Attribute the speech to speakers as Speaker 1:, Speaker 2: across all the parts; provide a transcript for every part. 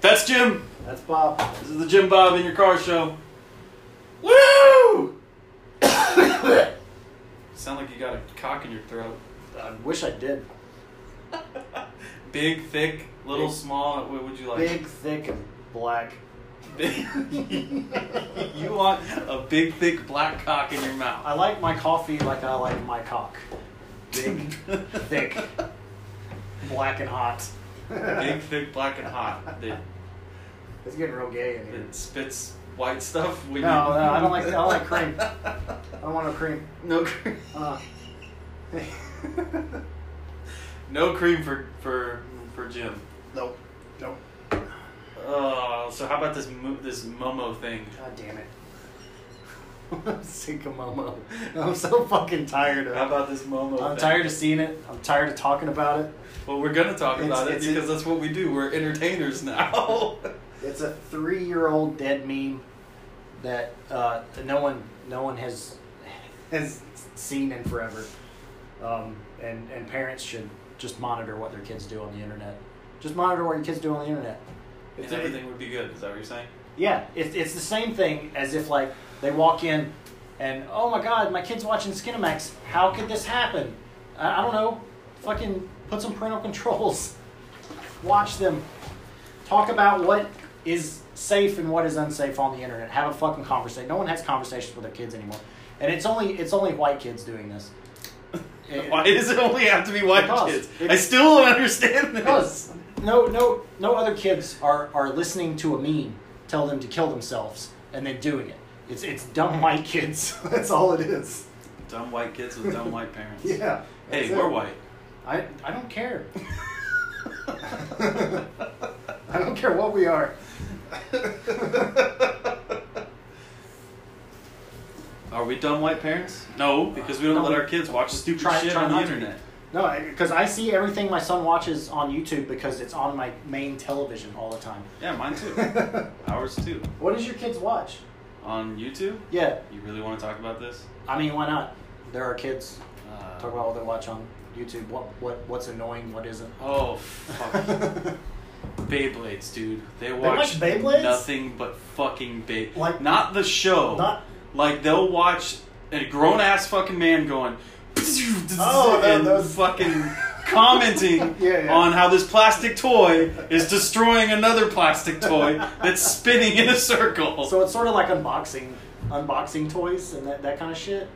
Speaker 1: That's Jim.
Speaker 2: That's Bob.
Speaker 1: This is the Jim Bob in your car show. Woo! Sound like you got a cock in your throat.
Speaker 2: I wish I did.
Speaker 1: Big, thick, little,
Speaker 2: Big.
Speaker 1: small. What would you like?
Speaker 2: Big, thick, and black.
Speaker 1: Big. you want a big, thick black cock in your mouth.
Speaker 2: I like my coffee like I like my cock. Big, thick, black, and hot.
Speaker 1: big, thick, black, and hot. That,
Speaker 2: It's getting real gay in here.
Speaker 1: that spits white stuff. When
Speaker 2: No,
Speaker 1: you...
Speaker 2: no, I don't like- I don't like cream. I don't want no cream.
Speaker 1: no, cream.
Speaker 2: Uh.
Speaker 1: no cream for for for Jim.
Speaker 2: nope. Nope.
Speaker 1: Oh, so how about this mo- this Momo thing?
Speaker 2: God damn it. I'm sick of Momo. I'm so fucking tired of
Speaker 1: How about this Momo?
Speaker 2: I'm
Speaker 1: thing?
Speaker 2: tired of seeing it. I'm tired of talking about it.
Speaker 1: Well, we're gonna talk
Speaker 2: It's-
Speaker 1: about
Speaker 2: it's-
Speaker 1: it because that's what we do. We're entertainers now.
Speaker 2: It's a three-year-old dead meme that uh, no one, no one has has seen in forever. Um, and and parents should just monitor what their kids do on the internet. Just monitor what your kids do on the internet.
Speaker 1: and
Speaker 2: it-
Speaker 1: everything would be good. Is that what you're saying?
Speaker 2: yeah, it's it's the same thing as if like they walk in and oh my god, my kid's watching Skinamax. How could this happen? I, I don't know. Fucking put some parental controls. Watch them. Talk about what is safe and what is unsafe on the internet. Have a fucking conversation. No one has conversations with their kids anymore, and it's only it's only white kids doing this. It-
Speaker 1: Why does it only have to be white
Speaker 2: Eh, Because
Speaker 1: kids?
Speaker 2: it-
Speaker 1: I still don't understand this.
Speaker 2: Because no, no, no other kids are, are listening to a meme tell them to kill themselves and then doing it. It's it's dumb white kids. That's all it is.
Speaker 1: Dumb white kids with dumb white parents.
Speaker 2: Yeah.
Speaker 1: Hey,
Speaker 2: that's it.
Speaker 1: we're white.
Speaker 2: I I don't care. I don't care what we are.
Speaker 1: Are we dumb white parents? No, because we don't
Speaker 2: No.
Speaker 1: let our kids watch stupid
Speaker 2: Try-
Speaker 1: shit
Speaker 2: try
Speaker 1: on the
Speaker 2: not to.
Speaker 1: internet.
Speaker 2: No, because I see everything my son watches on YouTube because it's on my main television all the time.
Speaker 1: Yeah, mine too. Ours too.
Speaker 2: What does your kids watch?
Speaker 1: On YouTube?
Speaker 2: Yeah,
Speaker 1: You really want to talk about this?
Speaker 2: I mean, why not? There are kids.
Speaker 1: Uh,
Speaker 2: Talk about what they watch on YouTube. What what what's annoying? What isn't?
Speaker 1: Oh, fuck. Beyblades, dude. They
Speaker 2: watch
Speaker 1: watch,
Speaker 2: Beyblades?
Speaker 1: nothing but fucking Beyblades.
Speaker 2: Like-
Speaker 1: not the show.
Speaker 2: Not-
Speaker 1: like they'll watch a grown ass fucking man going.
Speaker 2: Oh, that-
Speaker 1: and
Speaker 2: that was-
Speaker 1: fucking commenting
Speaker 2: Yeah, yeah.
Speaker 1: on how this plastic toy is destroying another plastic toy that's spinning in a circle.
Speaker 2: So it's sort of like unboxing, unboxing toys and that, that kind of shit,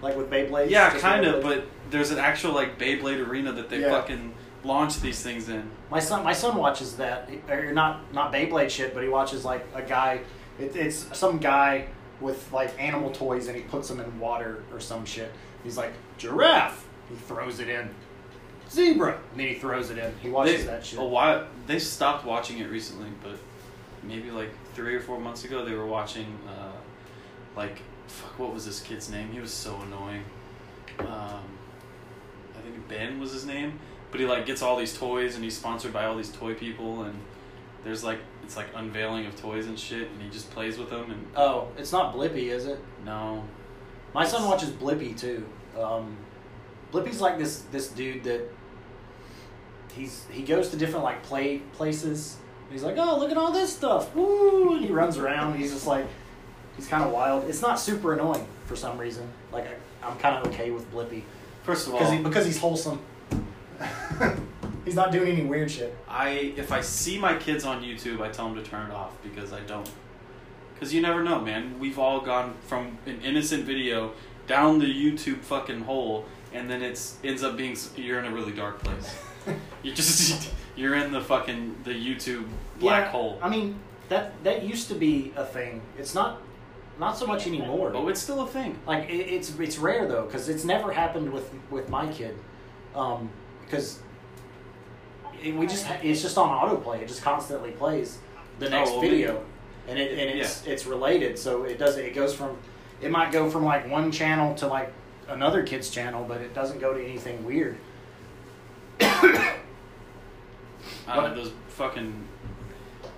Speaker 2: like with Beyblades.
Speaker 1: yeah,
Speaker 2: just
Speaker 1: kind of,
Speaker 2: Beyblades.
Speaker 1: but there's an actual like Beyblade arena that they
Speaker 2: Yeah.
Speaker 1: fucking launch these things in.
Speaker 2: my son, my son watches that. Or not not Beyblade shit, but he watches like a guy. It, it's some guy with like animal toys, and he puts them in water or some shit. He's like giraffe. He throws it in. Zebra. And then he throws it in. He watches
Speaker 1: They-
Speaker 2: that shit.
Speaker 1: A while, they stopped watching it recently, but maybe like three or four months ago, they were watching, uh, like, fuck, what was this kid's name? He was so annoying. Um, I think Ben was his name, but he like gets all these toys and he's sponsored by all these toy people and there's like it's like unveiling of toys and shit and he just plays with them and
Speaker 2: Oh, it's not Blippi, is it?
Speaker 1: no,
Speaker 2: My son watches Blippi too. Um, Blippi's like this this dude that he's he goes to different like play places. And he's like, oh, look at all this stuff, woo! And he runs around. And he's just like, he's kind of wild. It's not super annoying for some reason. Like I, I'm kind of okay with Blippi
Speaker 1: first of all,
Speaker 2: because he, because he's wholesome. he's not doing any weird shit.
Speaker 1: I if I see my kids on YouTube, I tell them to turn it off because I don't. Because you never know, man. We've all gone from an innocent video down the YouTube fucking hole, and then it's ends up being s- you're in a really dark place. you just you're in the fucking the YouTube black
Speaker 2: Yeah,
Speaker 1: hole.
Speaker 2: I mean, that that used to be a thing. It's not not so much anymore.
Speaker 1: but it's still a thing.
Speaker 2: Like it, it's it's rare though, because it's never happened with with my kid, um, because it, we just ha- it's just on autoplay. It just constantly plays the next
Speaker 1: Oh, well,
Speaker 2: video, and it and it's it's related, so it doesn't. It goes from it might go from like one channel to like another kid's channel, but it doesn't go to anything weird.
Speaker 1: I don't know, those fucking.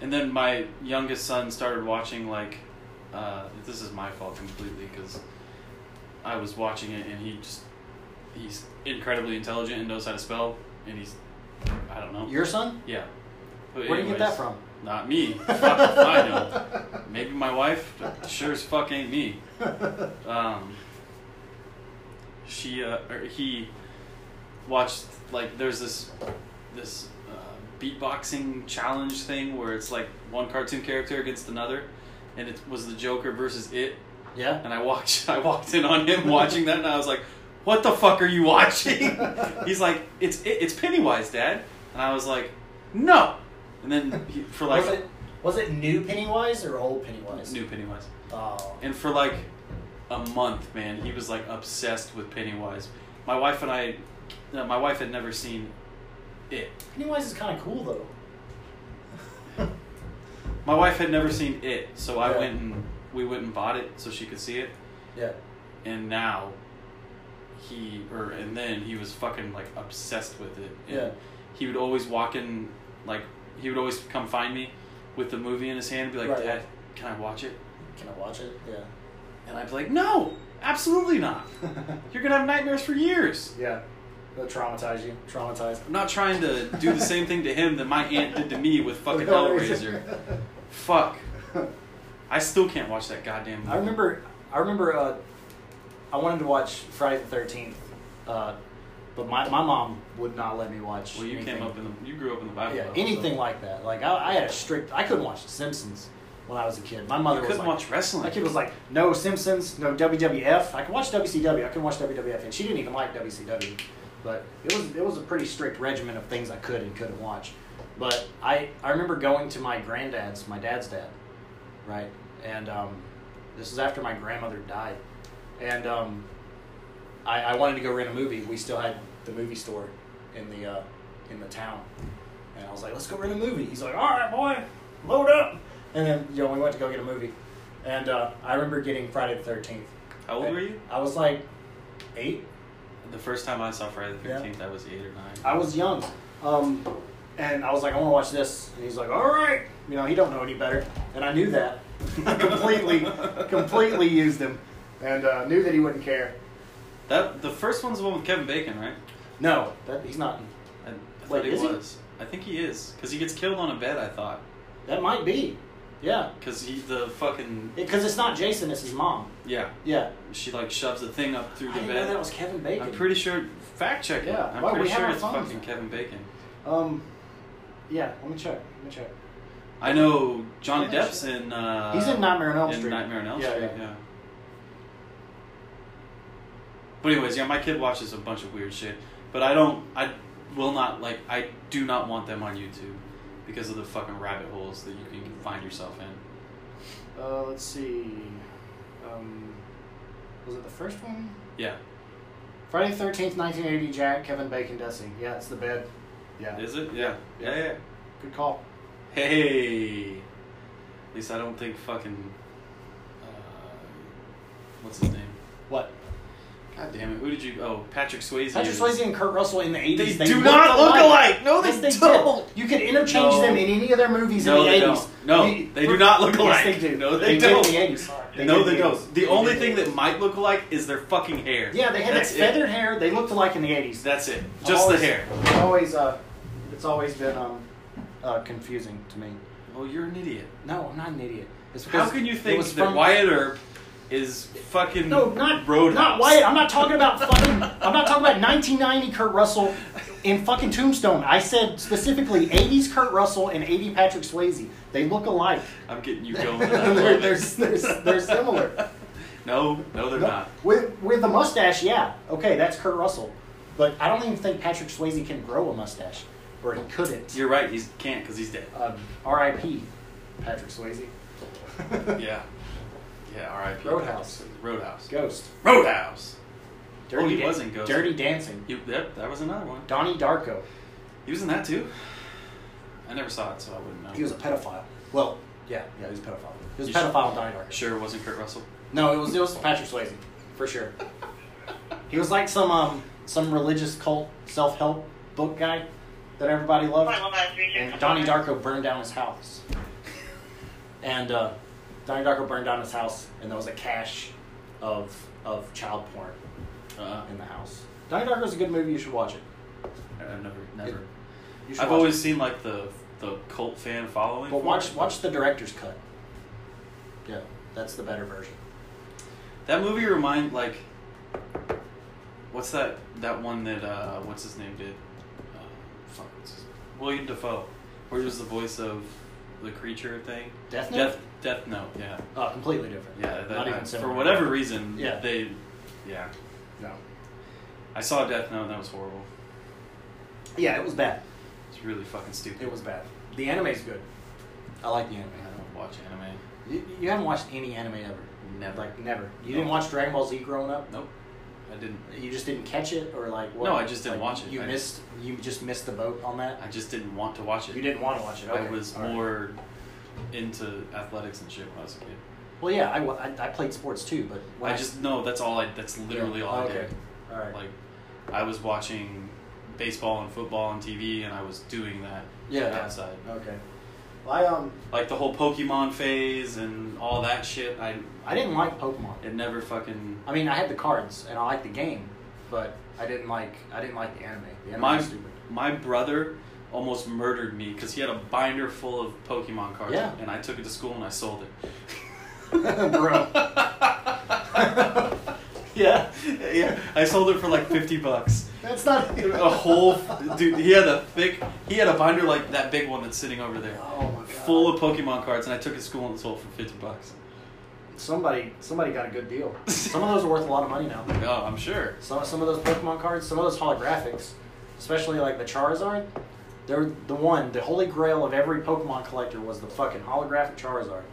Speaker 1: And then my youngest son started watching like, uh, this is my fault completely because I was watching it and he just he's incredibly intelligent and knows how to spell and he's I don't know.
Speaker 2: Your son?
Speaker 1: yeah. But
Speaker 2: Where do you get that
Speaker 1: anyways,
Speaker 2: from?
Speaker 1: Not me. Fuck if I know. Maybe my wife, but sure as fuck ain't me. Um, she, uh, or he watched, like, there's this, this uh, beatboxing challenge thing where it's like one cartoon character against another, and it was the Joker versus it.
Speaker 2: yeah.
Speaker 1: And I watched, I walked in on him watching that, and I was like, "What the fuck are you watching?" He's like, "It's it, it's Pennywise, Dad," and I was like, "No." And then he, for like
Speaker 2: was it was it new Pennywise or old Pennywise?
Speaker 1: new Pennywise,
Speaker 2: Oh.
Speaker 1: and for like a month, man, he was like obsessed with Pennywise. My wife and I, no, my wife had never seen it.
Speaker 2: Pennywise is kind of cool though.
Speaker 1: My wife had never seen it, so I
Speaker 2: Yeah.
Speaker 1: went and we went and bought it so she could see it.
Speaker 2: yeah.
Speaker 1: and now he or and then he was fucking like obsessed with it. And
Speaker 2: Yeah.
Speaker 1: He would always walk in like he would always come find me with the movie in his hand and be like,
Speaker 2: Right.
Speaker 1: Dad, can I watch it?
Speaker 2: Can I watch it? Yeah.
Speaker 1: And I'd be like, No, absolutely not. You're gonna have nightmares for years.
Speaker 2: yeah. That traumatize you. Traumatized.
Speaker 1: I'm not trying to do the same thing to him that my aunt did to me with fucking Hellraiser. Fuck. I still can't watch that goddamn movie.
Speaker 2: I remember. I remember. Uh, I wanted to watch Friday the Thirteenth, uh, but my, my mom would not let me watch.
Speaker 1: Well you
Speaker 2: anything.
Speaker 1: came up in the you grew up in the Bible.
Speaker 2: yeah,
Speaker 1: Belt, so-
Speaker 2: anything like that. Like I, I had a strict. I couldn't watch The Simpsons when I was a kid. My mother
Speaker 1: You
Speaker 2: was
Speaker 1: couldn't
Speaker 2: like,
Speaker 1: watch wrestling.
Speaker 2: My kid was like, no Simpsons, no WWF. I could watch WCW. I couldn't watch WWF, and she didn't even like WCW. But it was it was a pretty strict regimen of things I could and couldn't watch. But I I remember going to my granddad's, my dad's dad, right, and um, this was after my grandmother died, and um, I, I wanted to go rent a movie. We still had the movie store in the uh, in the town, and I was like, "Let's go rent a movie." He's like, "All right, boy, load up." And then you know we went to go get a movie, and uh, I remember getting Friday the Thirteenth.
Speaker 1: How old were you?
Speaker 2: I was like eight.
Speaker 1: The first time I saw Friday the
Speaker 2: Yeah.
Speaker 1: 13th, I was eight or nine.
Speaker 2: I was young, um, and I was like, "I want to watch this," and he's like, "All right." You know, he don't know any better, and I knew that. I completely, completely used him, and uh, knew that he wouldn't care.
Speaker 1: That the first one's the one with Kevin Bacon, right?
Speaker 2: No, that, he's not.
Speaker 1: I, I
Speaker 2: Wait,
Speaker 1: thought he
Speaker 2: is he?
Speaker 1: was. I think he is, cause he gets killed on a bed. I thought,
Speaker 2: That might be. Yeah.
Speaker 1: cause he the fucking
Speaker 2: Because it's not Jason, it's his mom.
Speaker 1: yeah.
Speaker 2: Yeah.
Speaker 1: She like shoves a thing up through
Speaker 2: I
Speaker 1: the
Speaker 2: didn't know
Speaker 1: bed.
Speaker 2: that was Kevin Bacon.
Speaker 1: I'm pretty sure. Fact check it.
Speaker 2: Yeah,
Speaker 1: I'm
Speaker 2: why, we
Speaker 1: pretty
Speaker 2: have
Speaker 1: sure
Speaker 2: our
Speaker 1: it's
Speaker 2: phones.
Speaker 1: fucking Kevin Bacon.
Speaker 2: Um, yeah, let me check. Let me check.
Speaker 1: I know Johnny
Speaker 2: Yeah,
Speaker 1: Depp's in. Uh,
Speaker 2: He's in Nightmare on Elm
Speaker 1: in
Speaker 2: Street.
Speaker 1: Nightmare on Elm
Speaker 2: Yeah,
Speaker 1: Street.
Speaker 2: yeah.
Speaker 1: Yeah. But anyways, yeah, my kid watches a bunch of weird shit, but I don't. I will not like. I do not want them on YouTube because of the fucking rabbit holes that you can find yourself in.
Speaker 2: Uh, let's see. Um, was it the first one?
Speaker 1: Yeah.
Speaker 2: Friday the 13th, 1980, Jack, Kevin Bacon, Desi. Yeah, it's the bed. Yeah.
Speaker 1: Is it? Yeah.
Speaker 2: Yeah.
Speaker 1: Yeah, yeah.
Speaker 2: Good call.
Speaker 1: Hey. At least I don't think fucking. Uh, what's his name?
Speaker 2: What?
Speaker 1: God damn it. Who did you. Oh, Patrick Swayze.
Speaker 2: Patrick
Speaker 1: is-
Speaker 2: Swayze and Kurt Russell in the 80s.
Speaker 1: They do not look alike. No, they
Speaker 2: Yes, did.
Speaker 1: don't.
Speaker 2: You could interchange
Speaker 1: No.
Speaker 2: them in any of their movies
Speaker 1: No,
Speaker 2: in the
Speaker 1: they
Speaker 2: 80s.
Speaker 1: don't. No,
Speaker 2: You-
Speaker 1: they do not look alike.
Speaker 2: Yes, they do.
Speaker 1: No, they
Speaker 2: did
Speaker 1: don't.
Speaker 2: in the 80s.
Speaker 1: no,
Speaker 2: did
Speaker 1: they
Speaker 2: in
Speaker 1: don't.
Speaker 2: 80s.
Speaker 1: The
Speaker 2: They
Speaker 1: only
Speaker 2: did
Speaker 1: thing
Speaker 2: in the
Speaker 1: that
Speaker 2: 80s.
Speaker 1: might look alike is their fucking hair.
Speaker 2: Yeah, they had
Speaker 1: That's
Speaker 2: that
Speaker 1: it.
Speaker 2: feathered hair. They looked alike in the 80s.
Speaker 1: That's it. Just
Speaker 2: always,
Speaker 1: the hair.
Speaker 2: Always, uh, it's always been um, uh, confusing to me.
Speaker 1: Well, you're an idiot.
Speaker 2: No, I'm not an idiot. It's
Speaker 1: How
Speaker 2: because
Speaker 1: can you
Speaker 2: it
Speaker 1: think
Speaker 2: was
Speaker 1: that
Speaker 2: from-
Speaker 1: Wyatt Earp is fucking
Speaker 2: No, not
Speaker 1: Roadhouse?
Speaker 2: Not Wyatt. I'm not talking about fucking. I'm not talking about 1990 Kurt Russell in fucking Tombstone. I said specifically 80s Kurt Russell and 80 Patrick Swayze. They look alike.
Speaker 1: I'm getting you going. with that
Speaker 2: they're,
Speaker 1: one.
Speaker 2: they're, they're, they're similar.
Speaker 1: no, no, they're
Speaker 2: No,
Speaker 1: not.
Speaker 2: With with the mustache, yeah. Okay, that's Kurt Russell. But I don't even think Patrick Swayze can grow a mustache, or he couldn't.
Speaker 1: You're right. He can't because he's dead.
Speaker 2: Um, R.I.P. Patrick Swayze.
Speaker 1: Yeah. Yeah, R.I.P.
Speaker 2: Roadhouse.
Speaker 1: Roadhouse.
Speaker 2: Ghost.
Speaker 1: Roadhouse.
Speaker 2: Dirty
Speaker 1: Oh, he
Speaker 2: Dan-
Speaker 1: was in Ghost.
Speaker 2: Dirty Dancing.
Speaker 1: He, yep, that was another one.
Speaker 2: Donnie Darko.
Speaker 1: He was in that too. I never saw it, so I wouldn't know.
Speaker 2: He was a pedophile. Well, yeah, yeah, he was a pedophile. He was a
Speaker 1: You should-
Speaker 2: pedophile in Donnie Darko.
Speaker 1: sure it wasn't Kurt Russell.
Speaker 2: No, it was it was Patrick Swayze for sure. he was like some um some religious cult self help book guy that everybody loved. And Donnie Darko burned down his house. And uh, Donnie Darko burned down his house, and there was a cache of of child porn
Speaker 1: Uh,
Speaker 2: in the house. Donnie Darko's a good movie. You should watch it.
Speaker 1: I've never, never.
Speaker 2: You should
Speaker 1: I've
Speaker 2: watch
Speaker 1: always
Speaker 2: it.
Speaker 1: seen like the the cult fan following.
Speaker 2: But
Speaker 1: for
Speaker 2: watch
Speaker 1: it.
Speaker 2: watch the director's cut. Yeah, that's the better version.
Speaker 1: that movie. Remind like, what's that? That one that uh, what's his name did? Uh, fuck, what's his, William Defoe, where he was the voice of the creature thing.
Speaker 2: Death Note.
Speaker 1: Death, Death Note. Yeah,
Speaker 2: Oh, completely different.
Speaker 1: yeah. That,
Speaker 2: not even
Speaker 1: I-
Speaker 2: similar.
Speaker 1: for whatever reason,
Speaker 2: Yeah.
Speaker 1: they, yeah.
Speaker 2: No.
Speaker 1: I saw Death Note and that was horrible.
Speaker 2: Yeah, it was bad.
Speaker 1: It's really fucking stupid.
Speaker 2: It was bad. The anime's good. I like the anime.
Speaker 1: I don't watch anime.
Speaker 2: You, you haven't watched any anime ever.
Speaker 1: Never.
Speaker 2: Like never. You
Speaker 1: No.
Speaker 2: didn't watch Dragon Ball Z growing up.
Speaker 1: nope. I didn't.
Speaker 2: You just didn't catch it, or like what?
Speaker 1: No, I just didn't
Speaker 2: like,
Speaker 1: watch it.
Speaker 2: You
Speaker 1: I-
Speaker 2: missed. You just missed the boat on that.
Speaker 1: I just didn't want to watch it.
Speaker 2: You didn't want to watch it. Okay.
Speaker 1: I was
Speaker 2: All right.
Speaker 1: more into athletics and shit when I was a kid.
Speaker 2: Well, yeah, I, wa- I, I played sports too, but when
Speaker 1: I just no. That's all I. That's literally all I
Speaker 2: Okay.
Speaker 1: did.
Speaker 2: All right.
Speaker 1: Like, I was watching baseball and football on TV, and I was doing that
Speaker 2: yeah. yeah.
Speaker 1: outside.
Speaker 2: Okay. Well, I um
Speaker 1: Like the whole Pokemon phase and all that shit. I
Speaker 2: I didn't like Pokemon.
Speaker 1: it never fucking.
Speaker 2: I mean, I had the cards and I liked the game, but I didn't like I didn't like the anime. The anime
Speaker 1: My
Speaker 2: was stupid.
Speaker 1: my brother almost murdered me because he had a binder full of Pokemon cards,
Speaker 2: Yeah.
Speaker 1: and I took it to school and I sold it.
Speaker 2: Bro.
Speaker 1: Yeah, yeah. I sold it for like fifty bucks.
Speaker 2: That's not
Speaker 1: A whole dude. He had a thick. He had a binder like that big one that's sitting over there,
Speaker 2: Oh my god.
Speaker 1: full of Pokemon cards, and I took it to school and sold it for fifty bucks.
Speaker 2: somebody somebody got a good deal. Some of those are worth a lot of money now.
Speaker 1: Oh, I'm sure.
Speaker 2: Some some of those Pokemon cards, some of those holographics, especially like the Charizard, they're the one, the holy grail of every Pokemon collector was the fucking holographic Charizard,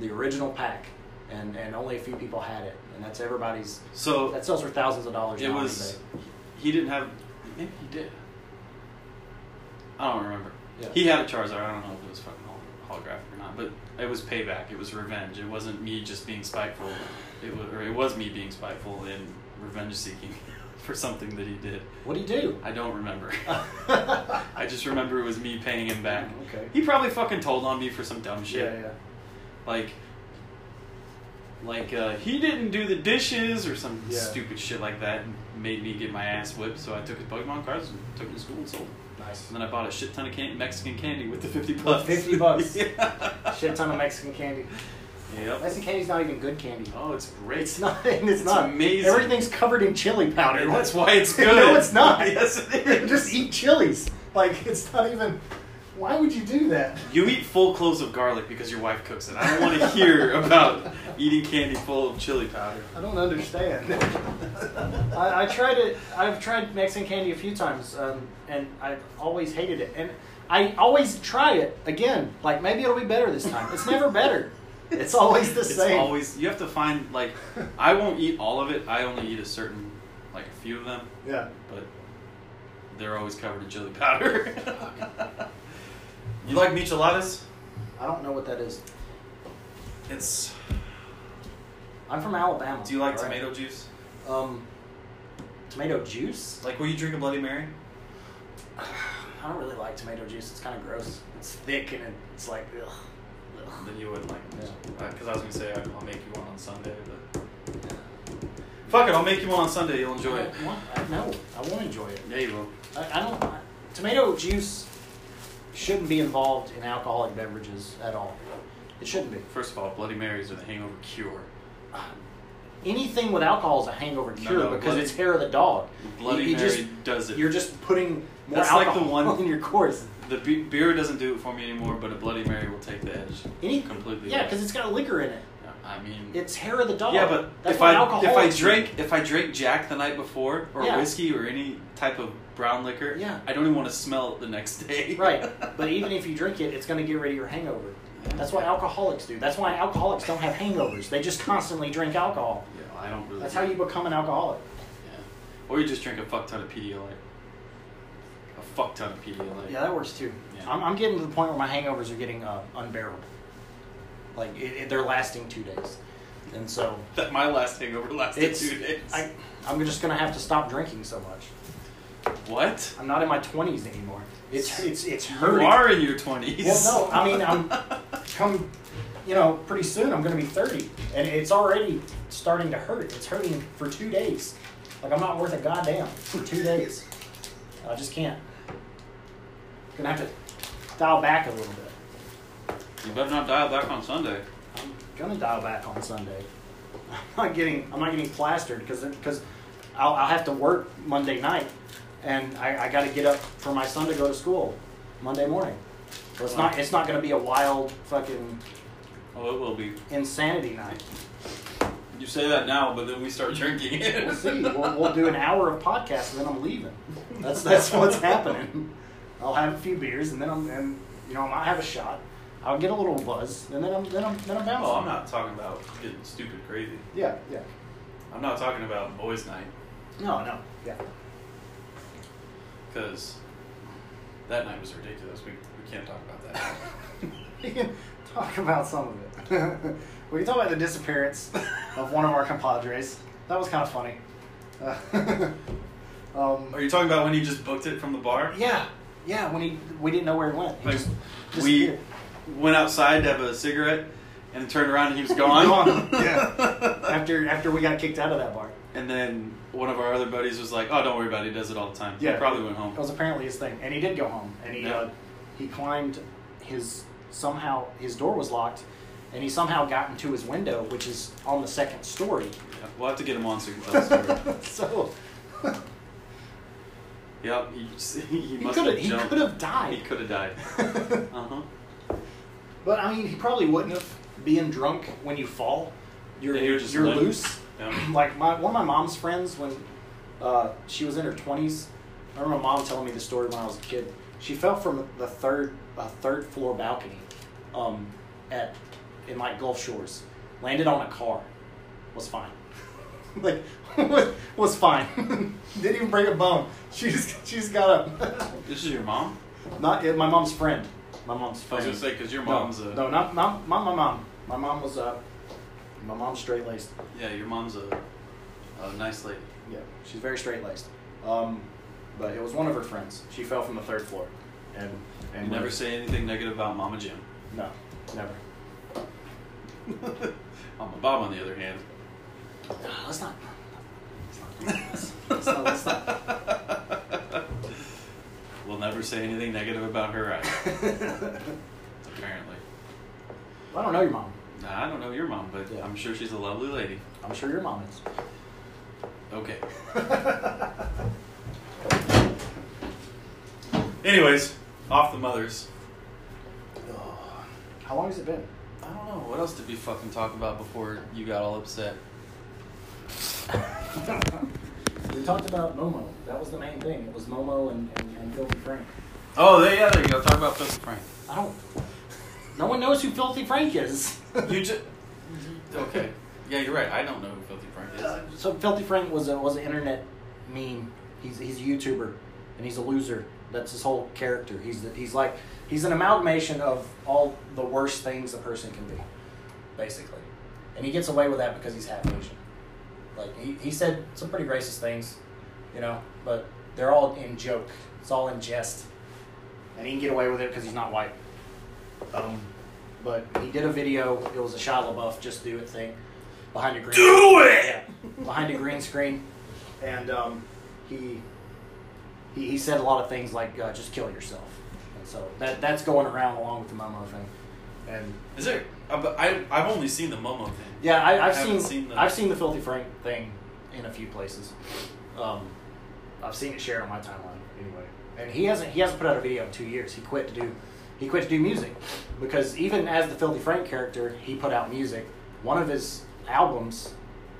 Speaker 2: the original pack, and and only a few people had it, and that's everybody's.
Speaker 1: So
Speaker 2: That sells for thousands of dollars.
Speaker 1: it
Speaker 2: now on
Speaker 1: was.
Speaker 2: eBay.
Speaker 1: He didn't have. Maybe he did. I don't remember.
Speaker 2: Yeah.
Speaker 1: He had a Charizard. I don't know if it was fucking hol- holographic or not, but it was payback. It was revenge. It wasn't me just being spiteful. It was, or it was me being spiteful and revenge seeking for something that he did.
Speaker 2: What do you do?
Speaker 1: I don't remember. I just remember it was me paying him back.
Speaker 2: Okay.
Speaker 1: He probably fucking told on me for some dumb shit.
Speaker 2: Yeah,
Speaker 1: Like, like uh, he didn't do the dishes or some
Speaker 2: Yeah.
Speaker 1: stupid shit like that, and made me get my ass whipped. So I took his Pokemon cards, and took them to school, and sold. Them.
Speaker 2: yeah. Nice.
Speaker 1: And then I bought a shit ton of can- Mexican candy with the fifty bucks.
Speaker 2: 50 bucks.
Speaker 1: yeah.
Speaker 2: Shit ton of Mexican candy.
Speaker 1: Yep.
Speaker 2: Mexican candy's not even good candy.
Speaker 1: Oh, it's great.
Speaker 2: It's not. It's, not.
Speaker 1: amazing.
Speaker 2: Everything's covered in chili powder.
Speaker 1: And
Speaker 2: What's
Speaker 1: that's why it's good.
Speaker 2: No, it's not.
Speaker 1: yes, it is.
Speaker 2: just eat chilies. Like it's not even. Why would you do that?
Speaker 1: You eat full cloves of garlic because your wife cooks it. I don't want to hear about eating candy full of chili powder.
Speaker 2: I don't understand. I, I tried it. I've tried Mexican candy a few times, um, and I've always hated it. And I always try it again. Like maybe it'll be better this time. It's never better. It's always the
Speaker 1: it's
Speaker 2: same.
Speaker 1: always you have to find like I won't eat all of it. I only eat a certain like a few of them,
Speaker 2: yeah.
Speaker 1: but they're always covered in chili powder. you like micheladas?
Speaker 2: I don't know what that is.
Speaker 1: It's
Speaker 2: I'm from Alabama.
Speaker 1: do you like
Speaker 2: alright?
Speaker 1: tomato juice?
Speaker 2: Um, tomato juice?
Speaker 1: Like will you drink a bloody mary?
Speaker 2: I don't really like tomato juice. It's kind of gross. It's thick and it- it's like ugh. ugh.
Speaker 1: Then you wouldn't like it.
Speaker 2: Yeah.
Speaker 1: Because I was gonna say I- I'll make you one on Sunday, but fuck it, I'll make you one on Sunday. You'll enjoy it.
Speaker 2: I don't want- I- no, I won't enjoy it.
Speaker 1: Yeah, you will.
Speaker 2: I, I don't. I, tomato juice shouldn't be involved in alcoholic beverages at all. It shouldn't be.
Speaker 1: First of all, Bloody Marys are the hangover cure.
Speaker 2: Anything with alcohol is a hangover
Speaker 1: No,
Speaker 2: cure
Speaker 1: no,
Speaker 2: because
Speaker 1: Bloody-
Speaker 2: it's hair of the dog.
Speaker 1: Bloody
Speaker 2: You- you
Speaker 1: Mary
Speaker 2: just-
Speaker 1: does it.
Speaker 2: You're just putting more
Speaker 1: That's like the
Speaker 2: alcohol
Speaker 1: one-
Speaker 2: in your course.
Speaker 1: the be- beer doesn't do it for me anymore, but a Bloody Mary will take the edge
Speaker 2: Any,
Speaker 1: completely.
Speaker 2: yeah, because it's got liquor in it.
Speaker 1: I mean,
Speaker 2: It's hair of the dog.
Speaker 1: yeah, but
Speaker 2: That's
Speaker 1: if
Speaker 2: what
Speaker 1: I
Speaker 2: alcohol
Speaker 1: if I
Speaker 2: is.
Speaker 1: drink if I drink Jack the night before or
Speaker 2: Yeah.
Speaker 1: whiskey or any type of brown liquor,
Speaker 2: Yeah.
Speaker 1: I don't even want to smell it the next day.
Speaker 2: Right, but even if you drink it, it's going to get rid of your hangover. That's what alcoholics do. That's why alcoholics don't have hangovers. They just constantly drink alcohol.
Speaker 1: Yeah, I don't really.
Speaker 2: That's how you become an alcoholic.
Speaker 1: Yeah. Or you just drink a fuck ton of Pedialyte. A fuck ton of Pedialyte.
Speaker 2: Yeah, that works too.
Speaker 1: Yeah.
Speaker 2: I'm, I'm getting to the point where my hangovers are getting uh, unbearable. Like it, it- they're lasting two days, and so
Speaker 1: That my last hangover lasted
Speaker 2: it's
Speaker 1: two days.
Speaker 2: I, I'm just going to have to stop drinking so much.
Speaker 1: what?
Speaker 2: I'm not in my 20s anymore. It's it's it's
Speaker 1: You
Speaker 2: hurting.
Speaker 1: are in your twenties.
Speaker 2: Well, no, I mean, I'm come, you know, pretty soon I'm going to be 30, and it's already starting to hurt. It's hurting for two days. Like I'm not worth a goddamn for two days. I just can't. Gonna have to dial back a little bit.
Speaker 1: You better not dial back on Sunday.
Speaker 2: I'm gonna dial back on Sunday. I'm not getting I'm not getting plastered because because I'll, I'll have to work Monday night, and I, I got to get up for my son to go to school Monday morning. So it's not it's not gonna be a wild fucking
Speaker 1: Oh, it will be.
Speaker 2: insanity night.
Speaker 1: You say that now, but then we start drinking it.
Speaker 2: We'll see. We'll, we'll do an hour of podcast and then I'm leaving. That's that's what's happening. I'll have a few beers and then I'm and you know I might have a shot. I'll get a little buzz and then I'm then I'm then I'm bouncing.
Speaker 1: Oh, I'm not talking about getting stupid crazy.
Speaker 2: Yeah, yeah.
Speaker 1: I'm not talking about boys' night
Speaker 2: No, no, yeah.
Speaker 1: because that night was ridiculous. We we can't talk about that.
Speaker 2: We can talk about some of it. we can talk about the disappearance of one of our compadres. That was kind of funny. Uh, um,
Speaker 1: Are you talking about when he just booked it from the bar?
Speaker 2: yeah, yeah. When he, we didn't know where he went. He
Speaker 1: Like,
Speaker 2: just
Speaker 1: we
Speaker 2: disappeared.
Speaker 1: went outside to have a cigarette and turned around and he was gone.
Speaker 2: Gone, yeah. after after we got kicked out of that bar.
Speaker 1: And then one of our other buddies was like, "Oh, don't worry about it. He does it all the time.
Speaker 2: Yeah.
Speaker 1: He probably went home."
Speaker 2: That was apparently his thing, and he did go home. And he
Speaker 1: Yeah.
Speaker 2: uh, he climbed his somehow his door was locked, and he somehow got into his window, which is on the second story.
Speaker 1: Yeah, We'll have to get him on so he can tell the story.
Speaker 2: so
Speaker 1: Yep, he, just- he
Speaker 2: he
Speaker 1: must
Speaker 2: could have
Speaker 1: have
Speaker 2: he
Speaker 1: jumped.
Speaker 2: could have died.
Speaker 1: He could have died. Uh huh.
Speaker 2: But I mean, he probably wouldn't have. Being drunk when you fall, you're
Speaker 1: Yeah, you're just
Speaker 2: you're
Speaker 1: limp.
Speaker 2: loose.
Speaker 1: Yeah.
Speaker 2: Like my one of my mom's friends when uh, she was in her twenties. I remember my mom telling me the story when I was a kid. She fell from the third a third floor balcony, um, at in like Gulf Shores, landed on a car, was fine. like was fine. Didn't even break a bone. She just she just got up.
Speaker 1: This is your mom?
Speaker 2: Not my mom's friend. My mom's
Speaker 1: I was
Speaker 2: friend.
Speaker 1: gonna say because your
Speaker 2: No,
Speaker 1: mom's a
Speaker 2: no, not not not my mom. My mom was uh, my mom's straight laced.
Speaker 1: yeah, your mom's a, a nice lady.
Speaker 2: Yeah, she's very straight laced. Um, but it was one of her friends. She fell from the third floor, and and
Speaker 1: You never say anything negative about Mama Jim.
Speaker 2: no, never.
Speaker 1: Mama Bob, on the other hand,
Speaker 2: Let's not. Let's not. Let's not, let's not.
Speaker 1: will never say anything negative about her either. apparently,
Speaker 2: I don't know your mom.
Speaker 1: Nah, I don't know your mom, but
Speaker 2: Yeah.
Speaker 1: I'm sure she's a lovely lady.
Speaker 2: I'm sure your mom is.
Speaker 1: Okay. Anyways, off the mothers.
Speaker 2: Oh, How long has it been?
Speaker 1: I don't know what else did we fucking talk about before you got all upset.
Speaker 2: We talked about Momo. That was the main thing. It was Momo and and, and Filthy Frank.
Speaker 1: Oh, there, yeah, there you go. Talk about Phil Frank.
Speaker 2: I don't. No one knows who Filthy Frank is.
Speaker 1: You just okay? Yeah, you're right. I don't know who Filthy Frank is.
Speaker 2: Mm-hmm. Uh, so Filthy Frank was a, was an internet meme. He's he's a YouTuber, and he's a loser. That's his whole character. He's the, he's like he's an amalgamation of all the worst things a person can be, basically. And he gets away with that because he's half Asian. Like he, he said some pretty racist things, you know, but they're all in joke. It's all in jest, and he can get away with it because he's not white. Um, but he did a video. It was a Shia LaBeouf just do it thing behind a green. Yeah, behind a green screen, and um, he, he he said a lot of things like uh, "just kill yourself," and so that that's going around along with the Momo thing. And
Speaker 1: Is there? uh, but I I've only seen the Momo thing.
Speaker 2: yeah, I, I've
Speaker 1: Haven't
Speaker 2: seen,
Speaker 1: seen the-
Speaker 2: I've seen the Filthy Frank thing in a few places. Um, I've seen it shared on my timeline anyway. And he hasn't he hasn't put out a video in two years. He quit to do he quit to do music because even as the Filthy Frank character, he put out music. One of his albums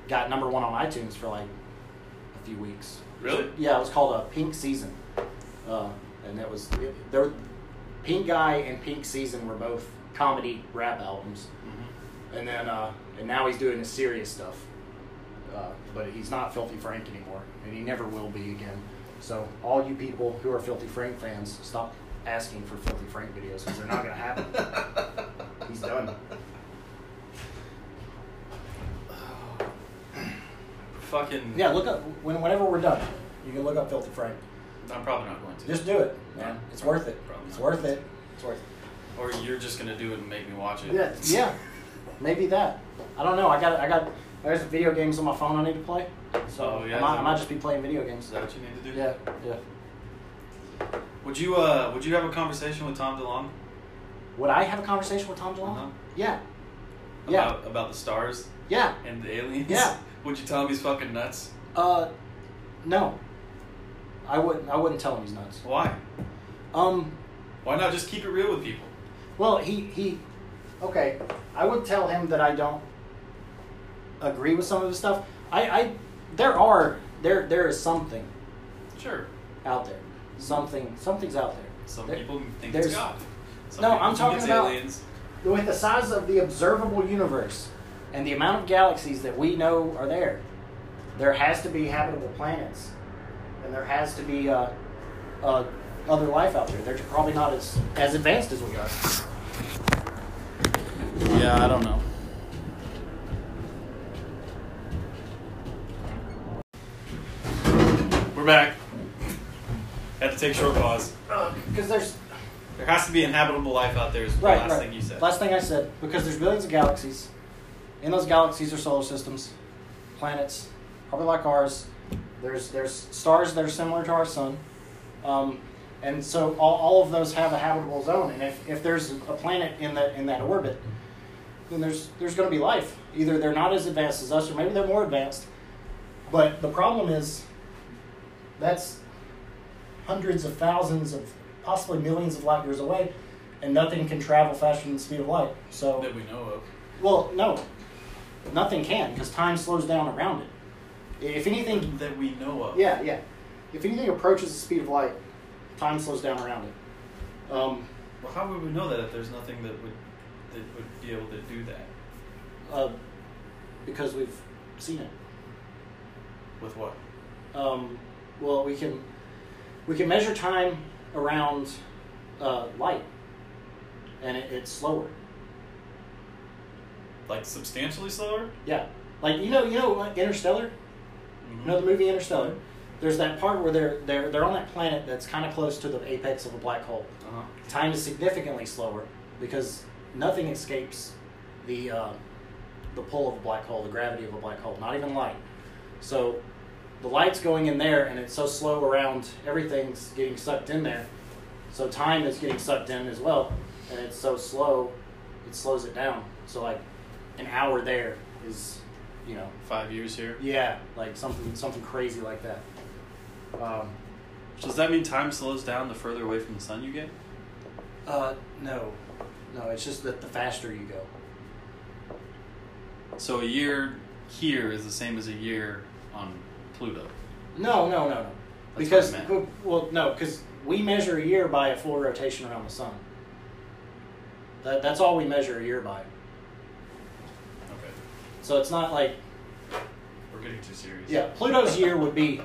Speaker 2: got number one on iTunes for like a few weeks.
Speaker 1: Really?
Speaker 2: Yeah, it was called a Pink Season, uh, and that was it, there. were- Pink Guy and Pink Season were both comedy rap albums
Speaker 1: Mm-hmm.
Speaker 2: and then uh, and now he's doing his serious stuff. Uh, but he's not Filthy Frank anymore, and he never will be again. So all you people who are Filthy Frank fans, stop asking for Filthy Frank videos because they're not gonna happen. he's done.
Speaker 1: Fucking.
Speaker 2: Yeah, look up when whenever we're done, you can look up Filthy Frank.
Speaker 1: I'm probably not going to.
Speaker 2: Just do it, man. It's worth it.
Speaker 1: Probably
Speaker 2: It's
Speaker 1: not.
Speaker 2: worth it. It's worth it.
Speaker 1: Or you're just gonna do it and make me watch it.
Speaker 2: Yeah, yeah. Maybe that. I don't know. I got I got. There's video games on my phone I need to play. So
Speaker 1: Oh, yeah.
Speaker 2: I, might, I might just be playing video games.
Speaker 1: Is that what you need to do?
Speaker 2: Yeah, yeah.
Speaker 1: Would you uh would you have a conversation with Tom DeLonge?
Speaker 2: Would I have a conversation with Tom DeLonge?
Speaker 1: Uh-huh.
Speaker 2: Yeah. Yeah.
Speaker 1: About about the stars
Speaker 2: yeah.
Speaker 1: and the aliens?
Speaker 2: Yeah.
Speaker 1: Would you tell him he's fucking nuts?
Speaker 2: Uh, no. I wouldn't. I wouldn't tell him he's nuts.
Speaker 1: Why?
Speaker 2: Um.
Speaker 1: Why not just keep it real with people?
Speaker 2: Well, he he. Okay, I would tell him that I don't agree with some of his stuff. I I there are there there is something
Speaker 1: Sure.
Speaker 2: out there. Something something's out there.
Speaker 1: Some
Speaker 2: There-
Speaker 1: people think
Speaker 2: there's-
Speaker 1: it's God. Some
Speaker 2: No,
Speaker 1: people
Speaker 2: I'm
Speaker 1: think
Speaker 2: talking
Speaker 1: it's
Speaker 2: about-
Speaker 1: aliens.
Speaker 2: With the size of the observable universe and the amount of galaxies that we know are there, there has to be habitable planets, and there has to be uh, uh, other life out there. They're probably not as as advanced as we are.
Speaker 1: Yeah, I don't know. We're back. Had to take a short pause.
Speaker 2: Because there's
Speaker 1: There has to be inhabitable life out there. Is the
Speaker 2: Right,
Speaker 1: last
Speaker 2: right.
Speaker 1: thing you said.
Speaker 2: Last thing I said, because there's billions of galaxies. In those galaxies are solar systems, planets, probably like ours. There's there's stars that are similar to our sun, um, and so all, all of those have a habitable zone. And if, if there's a planet in that in that orbit, then there's there's going to be life. Either they're not as advanced as us, or maybe they're more advanced. But the problem is, that's hundreds of thousands of possibly millions of light years away, and nothing can travel faster than the speed of light. So,
Speaker 1: that we know of.
Speaker 2: well, no, nothing can because time slows down around it. If anything,
Speaker 1: That we know of.
Speaker 2: yeah, yeah. If anything approaches the speed of light, time slows down around it. Um,
Speaker 1: Well, how would we know that if there's nothing that would that would be able to do that?
Speaker 2: uh, because we've seen it.
Speaker 1: With what?
Speaker 2: um, well we can we can measure time around uh, light and it, it's slower
Speaker 1: Like substantially slower?
Speaker 2: yeah like you know you know like interstellar
Speaker 1: Mm-hmm.
Speaker 2: you know the movie interstellar there's that part where they're they're, they're on that planet that's kind of close to the apex of a black hole
Speaker 1: Uh-huh.
Speaker 2: time is significantly slower because nothing escapes the uh, the pull of a black hole, the gravity of a black hole, not even light. So the light's going in there, and it's so slow around everything's getting sucked in there. So time is getting sucked in as well, and it's so slow, it slows it down. So like an hour there is, you know,
Speaker 1: Five years here.
Speaker 2: yeah, like something something crazy like that. Um,
Speaker 1: So Does that mean time slows down the further away from the sun you get?
Speaker 2: uh, no, no, it's just that the faster you go.
Speaker 1: So a year here is the same as a year on Pluto.
Speaker 2: No, no, no, no.
Speaker 1: what
Speaker 2: Because
Speaker 1: I meant.
Speaker 2: w- well, no, because we measure a year by a full rotation around the sun. That, that's all we measure a year by.
Speaker 1: Okay.
Speaker 2: So it's not like
Speaker 1: We're getting too serious.
Speaker 2: yeah, Pluto's year would be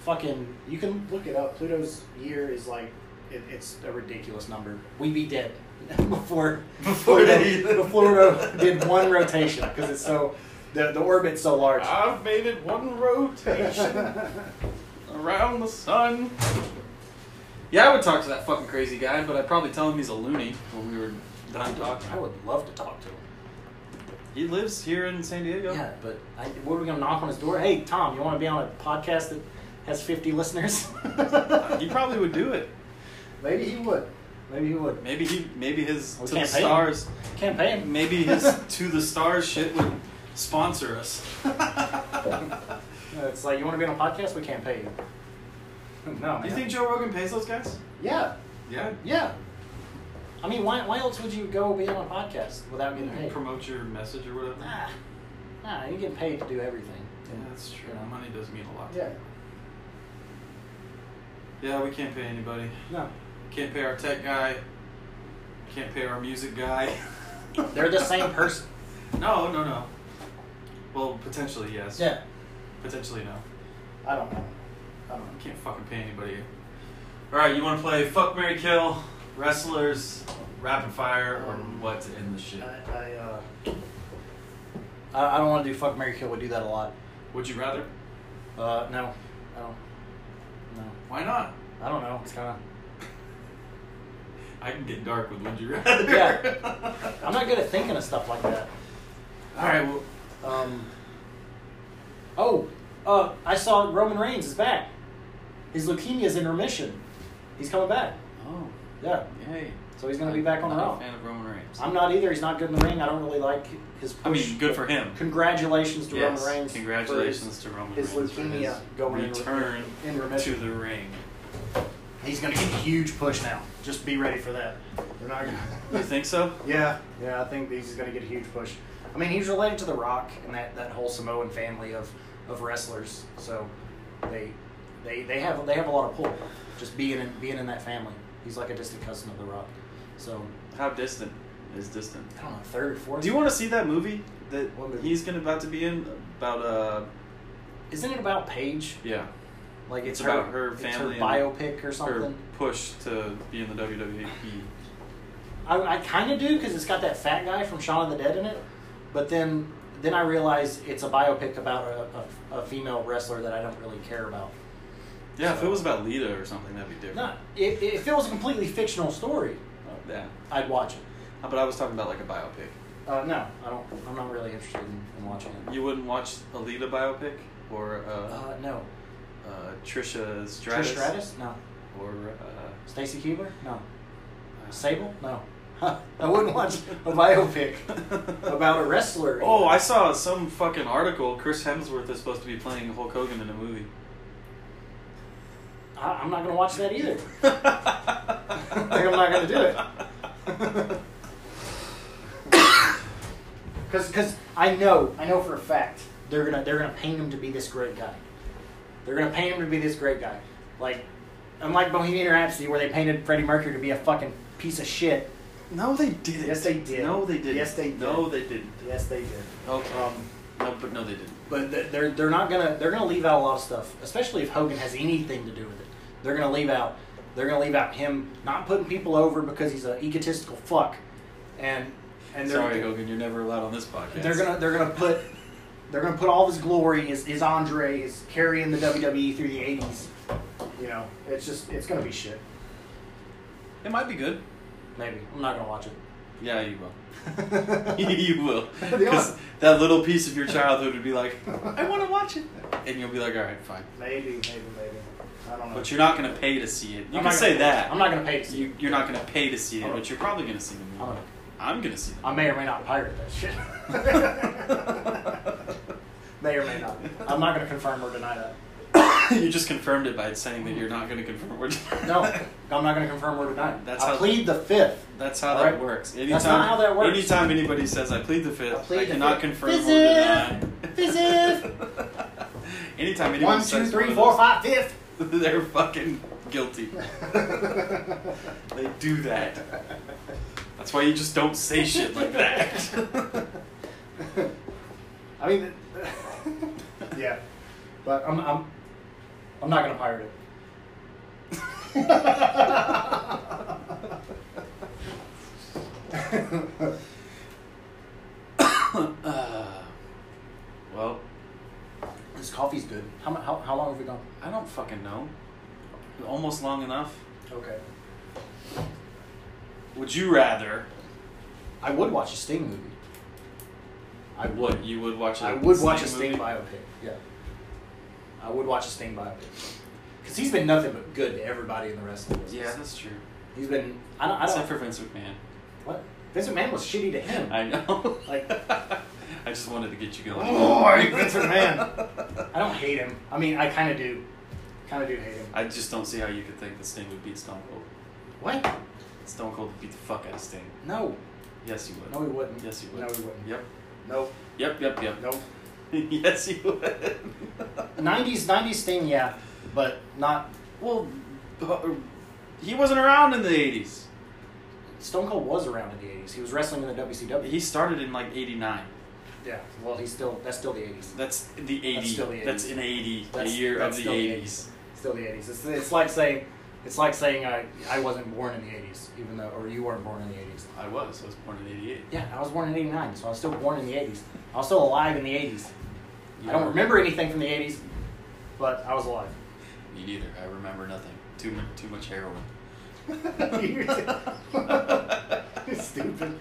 Speaker 2: fucking. You can look it up. Pluto's year is like it, it's a ridiculous number. We'd be dead before
Speaker 1: Before
Speaker 2: Pluto-
Speaker 1: they even-
Speaker 2: before Pluto did one rotation because it's so the the orbit's so large.
Speaker 1: I've made it one rotation around the sun. Yeah, I would talk to that fucking crazy guy, but I'd probably tell him he's a loony when we were done talking.
Speaker 2: I would love to talk to him.
Speaker 1: He lives here in San Diego.
Speaker 2: Yeah, but I, what are we gonna knock on his door? Hey, Tom, you want to be on a podcast that has fifty listeners?
Speaker 1: He probably would do it.
Speaker 2: Maybe he would. Maybe he would.
Speaker 1: Maybe he, maybe his
Speaker 2: We
Speaker 1: to the
Speaker 2: can't pay him.
Speaker 1: stars,
Speaker 2: Can't pay him.
Speaker 1: maybe his to the stars shit would sponsor us.
Speaker 2: Uh, It's like you want to be on a podcast. We can't pay you. no, man.
Speaker 1: Do you think Joe Rogan pays those guys?
Speaker 2: Yeah,
Speaker 1: Yeah.
Speaker 2: yeah. I mean, why, why else would you go be on a podcast without getting paid?
Speaker 1: Promote your message or whatever.
Speaker 2: Nah, nah, you get paid to do everything.
Speaker 1: Yeah, that's true.
Speaker 2: You know?
Speaker 1: Money does mean a lot.
Speaker 2: Yeah.
Speaker 1: Yeah, we can't pay anybody.
Speaker 2: No,
Speaker 1: Can't pay our tech guy. Can't pay our music guy.
Speaker 2: they're the same person.
Speaker 1: No, no, no. Well, potentially yes.
Speaker 2: Yeah,
Speaker 1: Potentially no.
Speaker 2: I don't know. I don't know.
Speaker 1: You can't fucking pay anybody. All right, you want to play Fuck Mary Kill, Wrestlers, Rapid Fire, or
Speaker 2: Um,
Speaker 1: what to end the shit?
Speaker 2: I, I, uh, I, I don't want to do fuck Mary Kill. We do that a lot.
Speaker 1: Would you rather?
Speaker 2: Uh, no, I don't. No,
Speaker 1: Why not?
Speaker 2: I don't know. It's kind of.
Speaker 1: I can get dark with Would You Rather.
Speaker 2: Yeah. I'm not good at thinking of stuff like that.
Speaker 1: All right. Well,
Speaker 2: Um. Oh, uh, I saw Roman Reigns is back. His leukemia's in remission. He's coming back.
Speaker 1: Oh,
Speaker 2: Yeah.
Speaker 1: yay!
Speaker 2: So he's gonna be back on
Speaker 1: I'm
Speaker 2: the
Speaker 1: not
Speaker 2: Raw.
Speaker 1: a fan of Roman Reigns.
Speaker 2: I'm not either. He's not good in the ring. I don't really like his push.
Speaker 1: I mean, good for him.
Speaker 2: Congratulations to
Speaker 1: Yes,
Speaker 2: Roman Reigns. for his-
Speaker 1: Congratulations to Roman
Speaker 2: his
Speaker 1: Reigns for
Speaker 2: leukemia
Speaker 1: his
Speaker 2: going in re-
Speaker 1: return
Speaker 2: in
Speaker 1: to
Speaker 2: remission.
Speaker 1: the ring.
Speaker 2: He's going to get a huge push now. Just be ready for that. They're not gonna,
Speaker 1: You think so?
Speaker 2: yeah, yeah, I think he's going to get a huge push. I mean, he's related to The Rock and that, that whole Samoan family of, of wrestlers. So they they they have they have a lot of pull. Just being in being in that family. He's like a distant cousin of The Rock. So
Speaker 1: How distant is distant?
Speaker 2: I don't know, third or fourth.
Speaker 1: Do you want to see that movie that
Speaker 2: What movie?
Speaker 1: he's gonna about to be in about uh
Speaker 2: Isn't it about Paige?
Speaker 1: yeah
Speaker 2: Like it's,
Speaker 1: It's about her
Speaker 2: it's
Speaker 1: family and
Speaker 2: biopic or something.
Speaker 1: her push to be in the E. WWE?
Speaker 2: I, I kind of do because it's got that fat guy from Shaun of the Dead in it, but then then I realize it's a biopic about a, a, a female wrestler that I don't really care about.
Speaker 1: Yeah, if
Speaker 2: So-
Speaker 1: it was about Lita or something, that'd be different.
Speaker 2: Not if, if it was a completely fictional story,
Speaker 1: Yeah,
Speaker 2: I'd watch it.
Speaker 1: Uh, but I was talking about like a biopic.
Speaker 2: Uh, no, I don't. I'm not really interested in, in watching it.
Speaker 1: You wouldn't watch a Lita biopic or uh,
Speaker 2: Uh, no,
Speaker 1: uh, Trisha Stratus,
Speaker 2: Trish Stratus? No.
Speaker 1: or uh,
Speaker 2: Stacy Keebler? No.
Speaker 1: uh,
Speaker 2: Sable? No. I wouldn't watch a biopic about a wrestler.
Speaker 1: Oh, I saw some fucking article. Chris Hemsworth is supposed to be playing Hulk Hogan in a movie.
Speaker 2: I, I'm not gonna watch that either.
Speaker 1: I
Speaker 2: think I'm not gonna do it. Because because I know I know for a fact they're gonna they're gonna paint him to be this great guy. They're gonna paint him to be this great guy. Like unlike Bohemian Rhapsody where they painted Freddie Mercury to be a fucking piece of shit.
Speaker 1: No, they didn't.
Speaker 2: Yes, they did.
Speaker 1: No, they didn't.
Speaker 2: Yes, they did.
Speaker 1: No, they didn't.
Speaker 2: Yes, they did.
Speaker 1: Okay.
Speaker 2: Um,
Speaker 1: no, but no, they didn't.
Speaker 2: But th- they're they're not gonna they're gonna leave out a lot of stuff, especially if Hogan has anything to do with it. They're gonna leave out they're gonna leave out him not putting people over because he's an egotistical fuck, and and they're
Speaker 1: Sorry, Hogan, you're never allowed on this podcast.
Speaker 2: They're gonna they're gonna put they're gonna put all of his glory is is Andre is carrying the WWE through the eighties. You know, it's just it's gonna be shit.
Speaker 1: It might be good.
Speaker 2: Maybe I'm not gonna watch
Speaker 1: Yeah, you will.
Speaker 2: it.
Speaker 1: you will.
Speaker 2: They are.
Speaker 1: Because that little piece of your childhood would be like, I want to watch it, and you'll be like, all right, fine.
Speaker 2: maybe maybe maybe I don't know.
Speaker 1: But you're not gonna pay to see it. You can
Speaker 2: I'm not
Speaker 1: say
Speaker 2: gonna-
Speaker 1: that.
Speaker 2: I'm not gonna pay to see
Speaker 1: You,
Speaker 2: it.
Speaker 1: you're not gonna pay to see it,
Speaker 2: I'm-
Speaker 1: but you're probably gonna see the movie.
Speaker 2: I'm-
Speaker 1: I'm gonna see the
Speaker 2: I may or may not pirate that shit. may or may not. I'm not gonna confirm or deny that.
Speaker 1: you just confirmed it by saying that you're not going to confirm what.
Speaker 2: No, I'm not gonna confirm or deny. it.
Speaker 1: That's
Speaker 2: I
Speaker 1: how-
Speaker 2: plead the fifth.
Speaker 1: That's how
Speaker 2: All
Speaker 1: that
Speaker 2: right.
Speaker 1: works. Anytime,
Speaker 2: That's not how that works.
Speaker 1: Anytime anybody says, I plead the fifth, I,
Speaker 2: I plead the
Speaker 1: cannot
Speaker 2: fifth.
Speaker 1: confirm
Speaker 2: Fifth.
Speaker 1: or deny.
Speaker 2: Fifth.
Speaker 1: anytime anyone
Speaker 2: One, two,
Speaker 1: says
Speaker 2: three,
Speaker 1: one
Speaker 2: four,
Speaker 1: of
Speaker 2: five, fifth.
Speaker 1: those, they're fucking guilty. They do that. That's why you just don't say shit like that.
Speaker 2: I mean, yeah, but I'm I'm I'm not gonna pirate it.
Speaker 1: uh, well,
Speaker 2: this coffee's good. How, mu- how how long have we gone?
Speaker 1: I don't fucking know. Almost long enough.
Speaker 2: Okay.
Speaker 1: Would you rather?
Speaker 2: I would watch a Sting movie. I would.
Speaker 1: What you would watch? a
Speaker 2: I would watch a
Speaker 1: Sting
Speaker 2: Sting
Speaker 1: movie?
Speaker 2: biopic. Yeah. I would watch a Sting biopic. Cause he's been nothing but good to everybody in the wrestling business.
Speaker 1: Yeah, that's true.
Speaker 2: He's been. I don't. I don't
Speaker 1: Except for Vince McMahon.
Speaker 2: what? Vince McMahon was shitty to him.
Speaker 1: I know.
Speaker 2: Like-
Speaker 1: I just wanted to get you going.
Speaker 2: Oh, I hate Vince McMahon. I don't hate him. I mean, I kind of do. Kind of do hate him.
Speaker 1: I just don't see how you could think that Sting would beat Stone Cold.
Speaker 2: What?
Speaker 1: Stone Cold would beat the fuck out of Sting.
Speaker 2: No.
Speaker 1: Yes, he would.
Speaker 2: No, he wouldn't.
Speaker 1: Yes, he would.
Speaker 2: No, he wouldn't.
Speaker 1: Yep.
Speaker 2: Nope.
Speaker 1: Yep. Yep. Yep.
Speaker 2: Nope.
Speaker 1: yes, he would.
Speaker 2: 90s, 90s Sting, yeah, but not.
Speaker 1: well, uh, he wasn't around in the '80s.
Speaker 2: Stone Cold was around in the 80s. He was wrestling in the WCW.
Speaker 1: He started in like '89.
Speaker 2: yeah. Well, he's still. That's still the 80s.
Speaker 1: That's the '80s.
Speaker 2: That's still the 80s.
Speaker 1: That's an '80. The
Speaker 2: That's-
Speaker 1: year
Speaker 2: that's
Speaker 1: of the
Speaker 2: still the
Speaker 1: '80s.
Speaker 2: Still the 80s. It's, it's like saying, it's like saying I I wasn't born in the 80s, even though, or you weren't born in the 80s.
Speaker 1: I was. I was born in '88.
Speaker 2: Yeah, I was born in 89, so I was still born in the 80s. I was still alive in the 80s.
Speaker 1: You
Speaker 2: I don't
Speaker 1: were-
Speaker 2: remember anything from the 80s, but I was alive.
Speaker 1: Me neither. I remember nothing. Too mu- too much heroin.
Speaker 2: Stupid.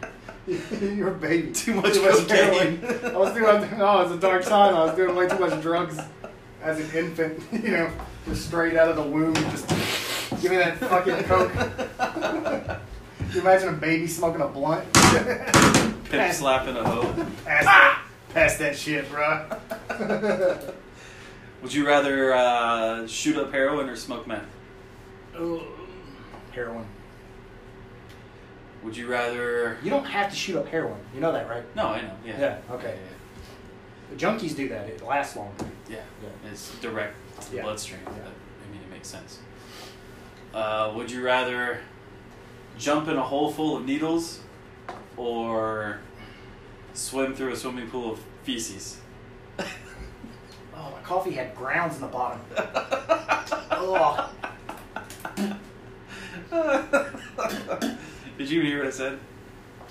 Speaker 2: You're a baby.
Speaker 1: Too much cocaine.
Speaker 2: heroin. I was doing, oh, it's a dark time. I was doing way too much drugs as an infant, you know, just straight out of the womb. Just
Speaker 3: Give me that fucking Coke. Can you imagine a baby smoking a blunt?
Speaker 1: Pimp slapping a hoe.
Speaker 3: Pass that, pass that shit, bro.
Speaker 1: Would you rather uh, shoot up heroin or smoke meth?
Speaker 2: Heroin.
Speaker 1: Would you rather?
Speaker 2: You don't have to shoot up heroin. You know that, right?
Speaker 1: No, I know. Yeah.
Speaker 2: Yeah, okay. The junkies do that. It lasts longer.
Speaker 1: Yeah.
Speaker 2: Yeah.
Speaker 1: It's direct to the
Speaker 2: Yeah.
Speaker 1: bloodstream.
Speaker 2: Yeah.
Speaker 1: But, I mean, it makes sense. Uh, would you rather jump in a hole full of needles or swim through a swimming pool of feces?
Speaker 2: Oh, my coffee had grounds in the bottom. Ugh.
Speaker 1: Did you hear what I said?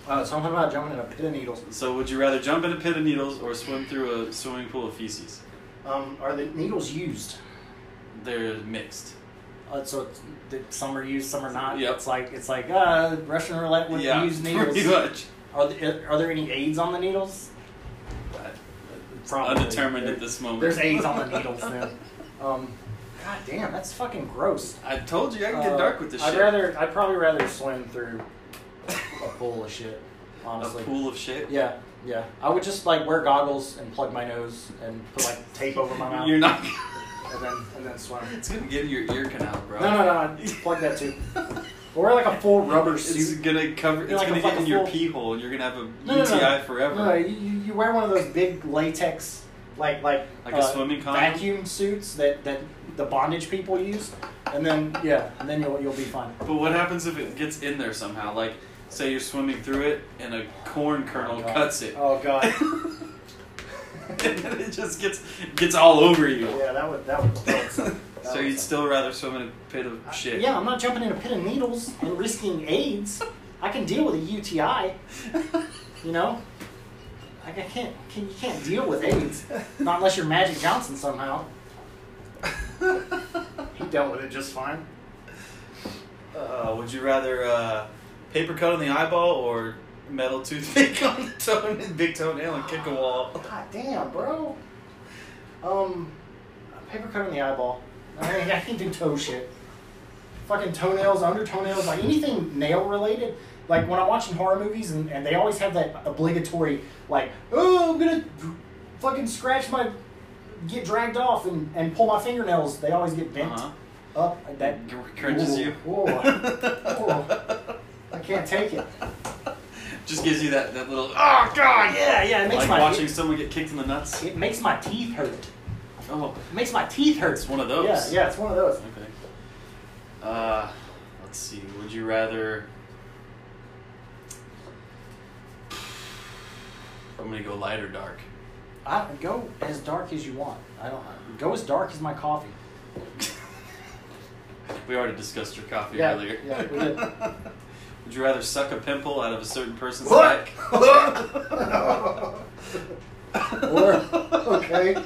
Speaker 2: Uh, something about jumping in a pit of needles.
Speaker 1: So, would you rather jump in a pit of needles or swim through a swimming pool of feces?
Speaker 2: Um, are the needles used?
Speaker 1: They're mixed.
Speaker 2: Uh, so it's, that some are used, some are not.
Speaker 1: Yep.
Speaker 2: It's like it's like uh, Russian roulette with
Speaker 1: yeah,
Speaker 2: used
Speaker 1: pretty
Speaker 2: needles.
Speaker 1: much.
Speaker 2: Are, the, uh, are there any AIDS on the needles? Probably.
Speaker 1: Undetermined at
Speaker 2: There-
Speaker 1: this moment.
Speaker 2: There's AIDS on the needles then. Um, God damn, that's fucking gross.
Speaker 1: I told you I can get
Speaker 2: Uh,
Speaker 1: dark with this
Speaker 2: I'd
Speaker 1: shit.
Speaker 2: rather, I'd probably rather swim through a pool of shit. Honestly.
Speaker 1: a pool of shit.
Speaker 2: Yeah, yeah. I would just like wear goggles and plug my nose and put like tape over my mouth
Speaker 1: You're not.
Speaker 2: and then and then swim.
Speaker 1: It's gonna get in your ear canal, bro.
Speaker 2: No, no, no. Plug that too. Or wear like a full rubber
Speaker 1: It's
Speaker 2: suit.
Speaker 1: gonna cover. It's
Speaker 2: You're like
Speaker 1: gonna
Speaker 2: a
Speaker 1: get in your
Speaker 2: fucking fool.
Speaker 1: pee hole, and you're gonna have a
Speaker 2: No, no,
Speaker 1: UTI
Speaker 2: no.
Speaker 1: forever.
Speaker 2: No, you, you you wear one of those big latex, like like uh,
Speaker 1: Like a swimming condom?
Speaker 2: vacuum suits that that the bondage people use, and then yeah, and then you'll you'll be fine.
Speaker 1: But what happens if it gets in there somehow? Like, say you're swimming through it, and a corn kernel
Speaker 2: God.
Speaker 1: cuts it,
Speaker 2: Oh god,
Speaker 1: and then it just gets gets all over you.
Speaker 2: yeah, that would that would. That would
Speaker 1: so you'd still rather swim in a pit of shit.
Speaker 2: Yeah, I'm not jumping in a pit of needles and risking AIDS. I can deal with a UTI. You know, like I can't can you can't deal with AIDS, not unless you're Magic Johnson somehow. He dealt with it just fine.
Speaker 1: Uh, would you rather uh, paper cut on the eyeball or metal toothpick on the toe, big toenail, and kick a wall?
Speaker 2: Oh, God damn, bro. Um, paper cut in the eyeball. I, mean, I can do toe shit. Fucking toenails, under toenails, like anything nail related. Like when I'm watching horror movies and, and they always have that obligatory, like, oh, I'm gonna fucking scratch my, get dragged off and, and pull my fingernails. They always get bent
Speaker 1: Uh-huh.
Speaker 2: up. That
Speaker 1: Gr- Crunches
Speaker 2: Ooh,
Speaker 1: you.
Speaker 2: ooh, ooh. I can't take it.
Speaker 1: Just gives you that, that little oh god
Speaker 2: Yeah, yeah, it makes
Speaker 1: like
Speaker 2: my
Speaker 1: watching someone get kicked in the nuts.
Speaker 2: It makes my teeth hurt.
Speaker 1: Oh,
Speaker 2: It makes my teeth hurt.
Speaker 1: it's one of those.
Speaker 2: Yeah, yeah, it's one of those.
Speaker 1: Okay. Uh, let's see. Would you rather? I'm gonna go light or dark.
Speaker 2: I, go as dark as you want. I don't go as dark as my coffee.
Speaker 1: We already discussed your coffee
Speaker 2: Yeah,
Speaker 1: earlier.
Speaker 2: yeah, we did.
Speaker 1: Would you rather suck a pimple out of a certain person's
Speaker 3: What?
Speaker 1: neck?
Speaker 2: Or okay.
Speaker 3: Fuck.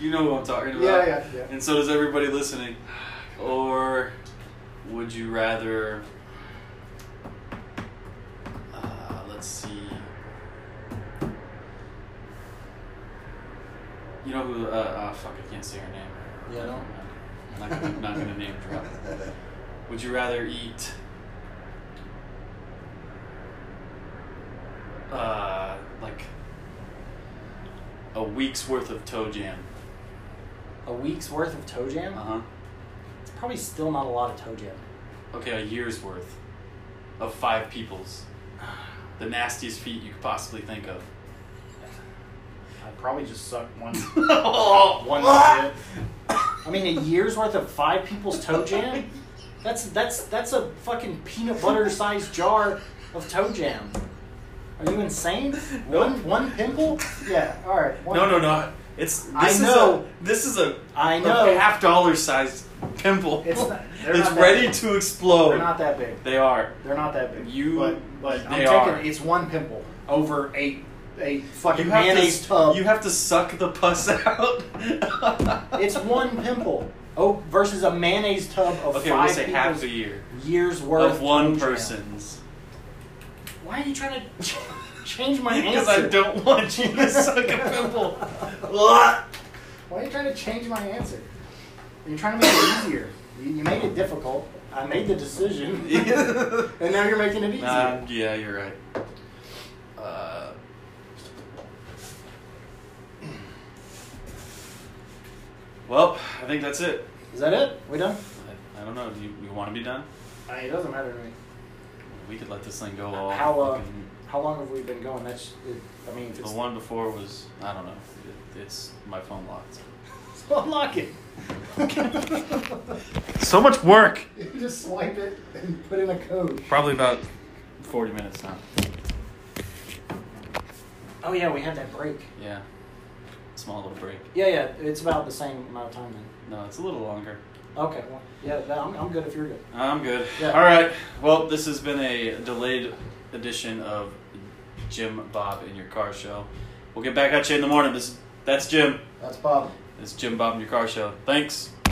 Speaker 1: You know what I'm talking about.
Speaker 3: Yeah, yeah, yeah.
Speaker 1: And so does everybody listening. Or would you rather? Uh, let's see. You know who? Uh, uh, fuck, I can't say her name.
Speaker 2: Yeah, I know.
Speaker 1: I'm not gonna, not gonna name drop. Would you rather eat? Uh, like a week's worth of toe jam.
Speaker 2: A week's worth of toe jam.
Speaker 1: Uh huh.
Speaker 2: It's probably still not a lot of toe jam.
Speaker 1: Okay, a year's worth of five people's. The nastiest feet you could possibly think of.
Speaker 3: I'd probably just suck one.
Speaker 2: One shit. I mean, a year's worth of five people's toe jam. That's that's that's a fucking peanut butter sized jar of toe jam. Are you insane? One one pimple? Yeah. All right. One
Speaker 1: No, no, no. It's this
Speaker 2: I
Speaker 1: is
Speaker 2: know.
Speaker 1: A, this is a
Speaker 2: I
Speaker 1: a
Speaker 2: know.
Speaker 1: half dollar sized pimple.
Speaker 3: It's not- they're
Speaker 1: It's
Speaker 3: not that
Speaker 1: ready
Speaker 3: big.
Speaker 1: to explode.
Speaker 2: They're not that big.
Speaker 1: They are.
Speaker 3: They're not that big.
Speaker 1: You-
Speaker 3: but, but I'm
Speaker 1: they
Speaker 3: taking
Speaker 1: are.
Speaker 3: it's one pimple over eight, eight
Speaker 2: Fucking
Speaker 1: You have,
Speaker 2: mayonnaise
Speaker 1: to,
Speaker 2: tub.
Speaker 1: you have to suck the pus out.
Speaker 2: It's one pimple. Oh, versus a mayonnaise tub of
Speaker 1: okay,
Speaker 2: five
Speaker 1: we'll say half
Speaker 2: people's
Speaker 1: a year
Speaker 2: years worth
Speaker 1: of one
Speaker 2: toe jam.
Speaker 1: person's.
Speaker 2: Why are you trying to ch- change my answer?
Speaker 1: Because I don't want you to suck a pimple.
Speaker 2: Why are you trying to change my answer?
Speaker 3: You're trying to make it easier.
Speaker 2: You, you made it difficult. I made the decision,
Speaker 1: Yeah.
Speaker 2: and now you're making it easier.
Speaker 1: Nah, yeah, you're right. Uh, well, I think that's it.
Speaker 2: Is that it? We done?
Speaker 1: I, I don't know. Do you, you want to be done?
Speaker 2: I mean, it doesn't matter to me.
Speaker 1: We could let this thing go all.
Speaker 2: How, uh,
Speaker 1: fucking-
Speaker 2: How long have we been going? That's. It, I mean, if
Speaker 1: the
Speaker 2: it's
Speaker 1: one before was I don't know. It, it's my phone locked.
Speaker 2: so unlock it.
Speaker 1: So much work.
Speaker 3: You just swipe it and put in a code.
Speaker 1: Probably about forty minutes now.
Speaker 2: Oh yeah, we had that break.
Speaker 1: Yeah, small little break.
Speaker 2: Yeah, yeah, it's about the same amount of time then.
Speaker 1: No, it's a little longer.
Speaker 2: Okay, well, yeah, that, I'm, I'm good if you're good.
Speaker 1: I'm good.
Speaker 2: Yeah.
Speaker 1: All right. Well, this has been a delayed edition of Jim Bob in Your Car Show. We'll get back at you in the morning. This that's Jim.
Speaker 3: That's Bob.
Speaker 1: It's Jim Bob in Your Car Show. Thanks.